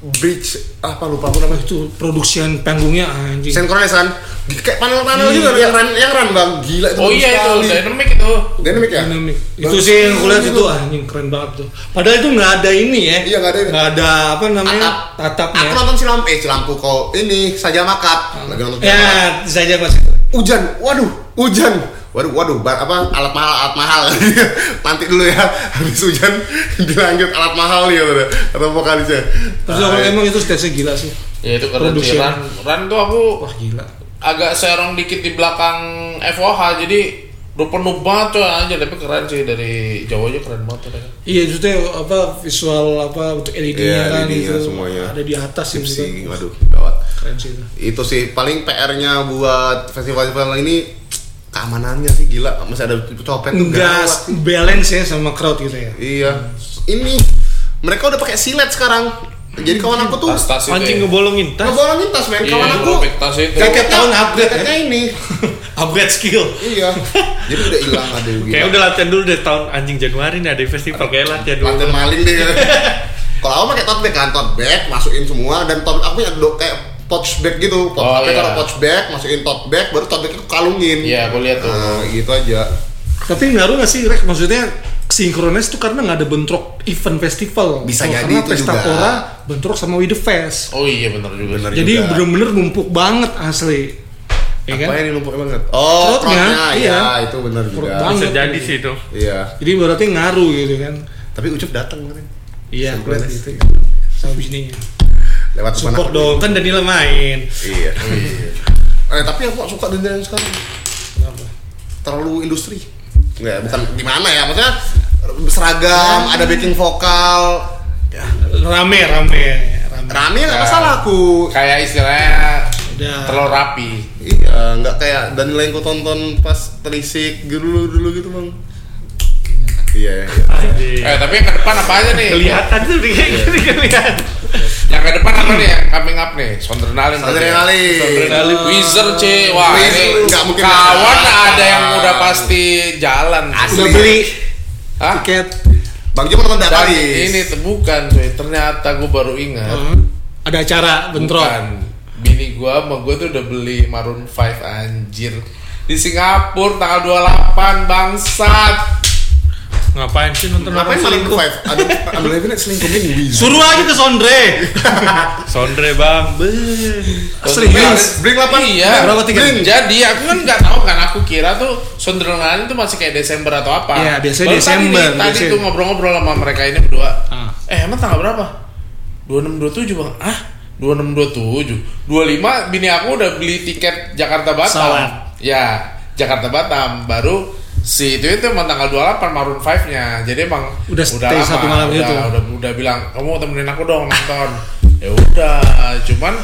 Speaker 2: Bridge apa lupa aku namanya.
Speaker 4: itu production panggungnya anjing
Speaker 2: Senkronisan. Kayak panel-panel
Speaker 4: Iya.
Speaker 2: juga yang run yang run Bang. Gila itu.
Speaker 1: Oh
Speaker 2: bagus
Speaker 1: iya itu
Speaker 2: sekali.
Speaker 1: dynamic itu.
Speaker 2: Dinamik ya?
Speaker 4: Dinamik. itu
Speaker 2: Bagus
Speaker 4: sih yang gue lihat
Speaker 2: sekali
Speaker 4: itu anjing keren banget tuh padahal itu nggak ada ini ya
Speaker 2: Iya, nggak ada ini.
Speaker 4: nggak ada apa namanya
Speaker 2: Tatap.
Speaker 4: tatapnya
Speaker 2: Aku nonton silam eh silamku kau ini saja makat. Lagi nonton
Speaker 4: ya
Speaker 2: Silam Akad.
Speaker 4: saja mas
Speaker 2: Hujan. Waduh, hujan. Waduh, waduh, bar, apa alat mahal, alat mahal. <laughs> Nanti dulu ya, habis hujan dilanjut alat mahal ya, udah. Atau vokalisnya.
Speaker 4: terus
Speaker 2: Ah, iya.
Speaker 4: emang itu stage gila sih
Speaker 1: Ya itu keren sih.
Speaker 4: Production.
Speaker 1: Run, run tuh aku
Speaker 4: wah gila
Speaker 1: agak serong dikit di belakang FOH jadi udah penuh banget coy aja tapi keren sih dari Jawa aja keren banget mereka.
Speaker 4: Iya justru apa visual apa untuk LED-nya
Speaker 2: Iya,
Speaker 4: kan
Speaker 2: LED-nya
Speaker 4: itu
Speaker 2: semuanya.
Speaker 4: ada di atas sih
Speaker 2: Sip sih,
Speaker 4: gitu.
Speaker 2: waduh, gawat.
Speaker 4: Keren sih itu.
Speaker 2: Itu sih paling PR-nya buat festival-festival ini keamanannya sih gila, masih ada copet tuh
Speaker 4: Enggak
Speaker 2: gawat.
Speaker 4: balance ya sama crowd gitu ya.
Speaker 2: Iya. Ini mereka udah pakai silet sekarang. Jadi kawan aku tuh
Speaker 1: Tas tas itu.
Speaker 3: Pancing
Speaker 1: ya.
Speaker 3: ngebolongin tas.
Speaker 2: ngebolongin tas men.
Speaker 1: Iya,
Speaker 2: Kawan aku
Speaker 1: ngerobek tas itu.
Speaker 4: Kayak tahun upgrade,
Speaker 2: jaketnya ini.
Speaker 3: Upgrade skill.
Speaker 2: Iya. Jadi udah hilang ada yang gila.
Speaker 3: Kayak udah latihan dulu deh tahun anjing Januari nih ada festival kayak latihan dulu.
Speaker 2: Lantai maling deh. Kalau aku pakai tote bag kan, tote bag masukin semua dan tote aku punya do- kayak pouch bag gitu. Pouch,
Speaker 1: Oh,
Speaker 2: aku
Speaker 1: iya.
Speaker 2: taruh pouch bag, masukin tote bag, baru tote bag itu kalungin.
Speaker 1: Iya, aku lihat tuh.
Speaker 2: Nah, gitu aja.
Speaker 4: Tapi ngaruh nggak sih Rek? Maksudnya sinkronis tuh karena nggak ada bentrok event festival.
Speaker 2: Bisa
Speaker 4: Kalau
Speaker 2: jadi
Speaker 4: karena
Speaker 2: itu
Speaker 4: Pesta
Speaker 2: juga.
Speaker 4: Pora bentrok sama With The Fest.
Speaker 1: Oh iya benar juga.
Speaker 2: Bener.
Speaker 1: Bener.
Speaker 4: Jadi
Speaker 2: juga.
Speaker 4: bener-bener numpuk banget asli. Ya kan?
Speaker 2: Apa yang lumpuh banget? Oh,
Speaker 4: Crowd-nya,
Speaker 2: crowd-nya, iya,
Speaker 4: iya.
Speaker 2: itu benar
Speaker 4: Crowd
Speaker 2: juga.
Speaker 4: banget.
Speaker 3: Bisa jadi sih itu.
Speaker 2: Iya.
Speaker 4: Jadi berarti ngaruh gitu kan.
Speaker 2: Tapi Ucup datang kemarin.
Speaker 4: Iya,
Speaker 2: Sinkronis.
Speaker 4: berarti itu. Sama bisnisnya.
Speaker 2: Lewat depan
Speaker 4: Support
Speaker 2: aku.
Speaker 4: dong, kan Danila main.
Speaker 2: Iya. eh, tapi aku suka dengan yang sekarang.
Speaker 4: Kenapa?
Speaker 2: Terlalu industri. Enggak, bukan gimana ya? Maksudnya seragam, ada backing vokal.
Speaker 4: Rame, rame, rame.
Speaker 2: Rame nggak
Speaker 1: Ya.
Speaker 2: masalah aku.
Speaker 1: Kayak istilahnya
Speaker 4: Udah.
Speaker 1: terlalu rapi.
Speaker 2: Iya, nggak kayak dan lain ku tonton pas telisik dulu dulu gitu bang. Iya, iya.
Speaker 3: Anjing.
Speaker 1: Eh tapi yang ke depan apa aja nih?
Speaker 3: Kelihatan tuh kayak gini kelihatan.
Speaker 1: Yang ke depan apa nih yang coming up nih? Sondernalin.
Speaker 2: Sondernalin.
Speaker 1: Sondernalin. Wizard C. Wah
Speaker 2: Wizard.
Speaker 1: ini
Speaker 2: Nggak mungkin
Speaker 1: kawan
Speaker 2: ada.
Speaker 1: ada yang udah pasti jalan.
Speaker 2: Asli.
Speaker 4: Udah beli
Speaker 1: Hah?
Speaker 4: tiket.
Speaker 2: Bang Jum nonton
Speaker 1: Dan
Speaker 2: Dakaris.
Speaker 1: ini tuh bukan cuy. Ternyata gue baru ingat.
Speaker 4: Heeh. Ada acara bentrok.
Speaker 1: Bukan. Bini gue sama gue tuh udah beli Maroon 5 anjir di Singapura tanggal 28 bangsat.
Speaker 3: Ngapain sih nonton
Speaker 2: Ngapain
Speaker 3: orang
Speaker 2: maling
Speaker 3: selingkuh?
Speaker 2: five? Ada ada lagi nih selingkuhin Wiz.
Speaker 4: Suruh aja ke Sondre.
Speaker 3: Sondre bang.
Speaker 4: Serius.
Speaker 2: Bring delapan.
Speaker 1: Iya.
Speaker 4: Berapa tiket?
Speaker 1: Bring. Jadi aku kan nggak tahu kan aku kira tuh Sondrengan itu masih kayak Desember atau apa.
Speaker 4: Iya,
Speaker 1: Baru
Speaker 4: biasanya
Speaker 1: tadi
Speaker 4: Desember,
Speaker 1: nih, Tadi,
Speaker 4: biasanya.
Speaker 1: tuh ngobrol-ngobrol sama mereka ini berdua.
Speaker 4: Ah.
Speaker 1: Eh emang tanggal berapa? 2627 bang. Ah 2627 25 bini aku udah beli tiket Jakarta Batam
Speaker 4: Pesawat.
Speaker 1: Ya Jakarta Batam Baru si itu itu emang tanggal 28 Maroon 5 nya Jadi emang
Speaker 4: Udah stay satu malam
Speaker 1: udah,
Speaker 4: gitu.
Speaker 1: udah, udah bilang kamu temenin aku dong nonton <laughs> ya udah cuman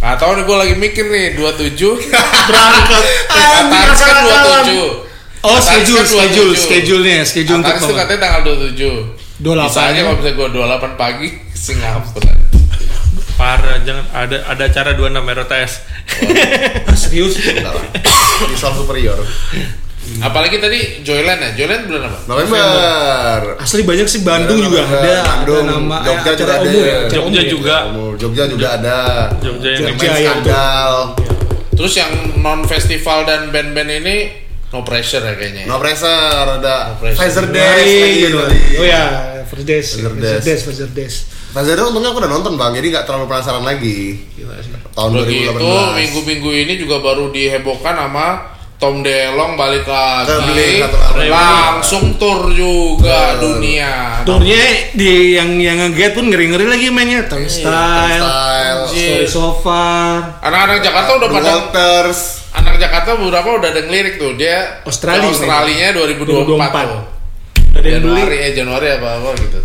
Speaker 1: nggak tahu nih gue lagi mikir nih 27
Speaker 4: <laughs> Berangkat.
Speaker 1: Ataris kan
Speaker 2: jalan-jalan.
Speaker 1: 27 Ataris
Speaker 4: Oh,
Speaker 1: kan
Speaker 4: schedule,
Speaker 1: 27.
Speaker 4: schedule, schedule-nya, schedule untuk
Speaker 1: Ataris tuh
Speaker 4: Paman.
Speaker 1: katanya tanggal 27
Speaker 4: 28.
Speaker 1: Bisa aja kalau bisa gue 28 pagi <laughs> ke Singapura
Speaker 4: Hmm.
Speaker 3: Parah jangan ada ada acara 26 RTS.
Speaker 4: Serius.
Speaker 2: Di soal superior.
Speaker 1: Apalagi tadi Joyland ya, Joyland bulan apa?
Speaker 2: November.
Speaker 4: Asli banyak sih Bandung juga
Speaker 2: November.
Speaker 4: ada.
Speaker 2: Bandung,
Speaker 4: ada nama eh,
Speaker 2: Jogja juga
Speaker 4: acara
Speaker 2: ada.
Speaker 4: umum ya, acara
Speaker 3: Jogja
Speaker 4: umum ya.
Speaker 3: juga.
Speaker 2: Kamu Jogja juga ada.
Speaker 3: Jogja yang
Speaker 2: Jerman
Speaker 4: Jogja ya,
Speaker 2: skandal.
Speaker 1: Terus yang non festival dan band-band ini no pressure ya kayaknya ya.
Speaker 2: No pressure ada.
Speaker 1: No pressure.
Speaker 2: Pfizer Days.
Speaker 4: Januari
Speaker 2: lagi,
Speaker 4: gitu.
Speaker 2: tadi.
Speaker 4: Oh ya, first days,
Speaker 2: First
Speaker 4: first
Speaker 2: days.
Speaker 4: days, first days.
Speaker 2: Pfizer Days untungnya aku udah nonton bang, jadi nggak terlalu penasaran lagi.
Speaker 4: Gila sih.
Speaker 2: Tahun
Speaker 1: Udah gitu,
Speaker 2: 2018.
Speaker 1: minggu-minggu ini juga baru dihebohkan sama Tom Delong balik
Speaker 2: Ke Bali,
Speaker 1: lagi
Speaker 2: satu kali.
Speaker 1: langsung tur juga
Speaker 2: Tur.
Speaker 1: dunia
Speaker 4: Turnya di yang yang ngeget pun ngeri-ngeri lagi mainnya. Tom Style,
Speaker 2: Style.
Speaker 4: Story So Far,
Speaker 1: anak-anak Jakarta udah
Speaker 2: The
Speaker 1: pada
Speaker 2: Walters.
Speaker 1: anak Jakarta beberapa udah ada ngelirik tuh dia ke
Speaker 4: Australia
Speaker 1: Australinya 2024,
Speaker 4: 2024.
Speaker 1: tuh
Speaker 4: ada yang beli.
Speaker 1: Januari eh Januari apa apa gitu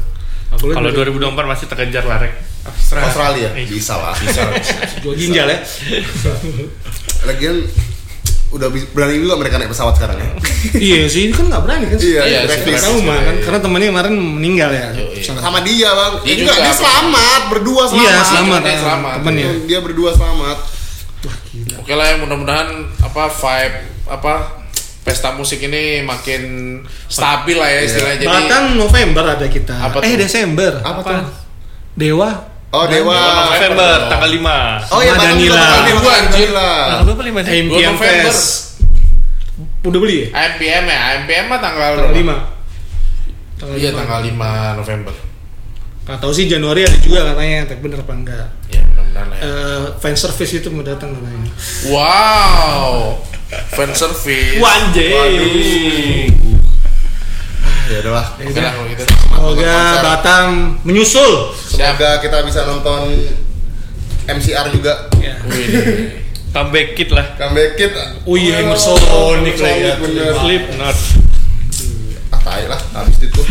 Speaker 4: Aku lihat
Speaker 3: Kalau
Speaker 4: dari
Speaker 3: 2024 masih terkejar larek. Australia.
Speaker 2: Australia Iya.
Speaker 3: Eh,
Speaker 2: bisa lah.
Speaker 4: jual ginjal
Speaker 3: <laughs>
Speaker 4: ya.
Speaker 2: <laughs> Lagian udah bi- berani juga mereka naik pesawat sekarang ya.
Speaker 4: Iya sih, kan nggak berani kan?
Speaker 2: Iya,
Speaker 1: Iya,
Speaker 2: Breakfast.
Speaker 4: Nggak tahu
Speaker 1: Iya.
Speaker 4: mah kan, karena temannya kemarin meninggal ya.
Speaker 1: Yo, iya.
Speaker 4: Sangat-
Speaker 2: sama dia bang
Speaker 1: Dia
Speaker 2: dia, juga,
Speaker 1: juga
Speaker 2: dia
Speaker 1: apa?
Speaker 2: selamat berdua selamat
Speaker 4: Iya, selamat,
Speaker 1: Temennya
Speaker 4: eh,
Speaker 1: selamat.
Speaker 4: temennya.
Speaker 2: dia berdua selamat
Speaker 4: Wah gila.
Speaker 1: Oke lah ya mudah-mudahan apa vibe apa pesta musik ini makin stabil lah ya istilahnya. Jadi
Speaker 4: Bahkan November ada kita.
Speaker 1: Apa
Speaker 4: eh
Speaker 1: tuh?
Speaker 4: Desember.
Speaker 2: Apa tuh?
Speaker 4: Dewa. Kan?
Speaker 2: Oh Dewa.
Speaker 3: November
Speaker 1: dong.
Speaker 3: tanggal 5
Speaker 2: Oh iya
Speaker 4: Sama
Speaker 2: Batam juga
Speaker 4: Danila.
Speaker 2: bakal Dewa,
Speaker 1: Gua, anjir.
Speaker 2: Danila.
Speaker 3: tanggal berapa 5 sih?
Speaker 1: Dua
Speaker 4: MPM
Speaker 1: November.
Speaker 4: Fest. Udah beli ya?
Speaker 1: AMPM ya, AMPM mah tanggal,
Speaker 4: Tanggal
Speaker 1: berapa?
Speaker 4: 5. Tanggal
Speaker 1: Iya
Speaker 4: lima.
Speaker 1: tanggal 5 November.
Speaker 4: Nggak tahu sih Januari ada juga katanya, tapi bener apa enggak.
Speaker 1: Ya mudah-mudahan lah ya.
Speaker 4: Eh, fan service itu mau datang katanya.
Speaker 1: Wow. Fan service.
Speaker 3: Wanjing.
Speaker 2: Ya udahlah.
Speaker 1: Oke lah kalau gitu.
Speaker 4: Semoga Batam menyusul.
Speaker 1: Siap.
Speaker 2: Semoga kita bisa nonton MCR juga.
Speaker 4: Ya.
Speaker 1: Wih.
Speaker 3: Comeback kit lah.
Speaker 2: Comeback kid.
Speaker 4: Oh iya, Emerson.
Speaker 2: Sonic
Speaker 4: Emerson,
Speaker 2: lagi.
Speaker 4: bener.
Speaker 3: Sleep not.
Speaker 1: gitu. <laughs>
Speaker 2: Ah tai lah habis itu.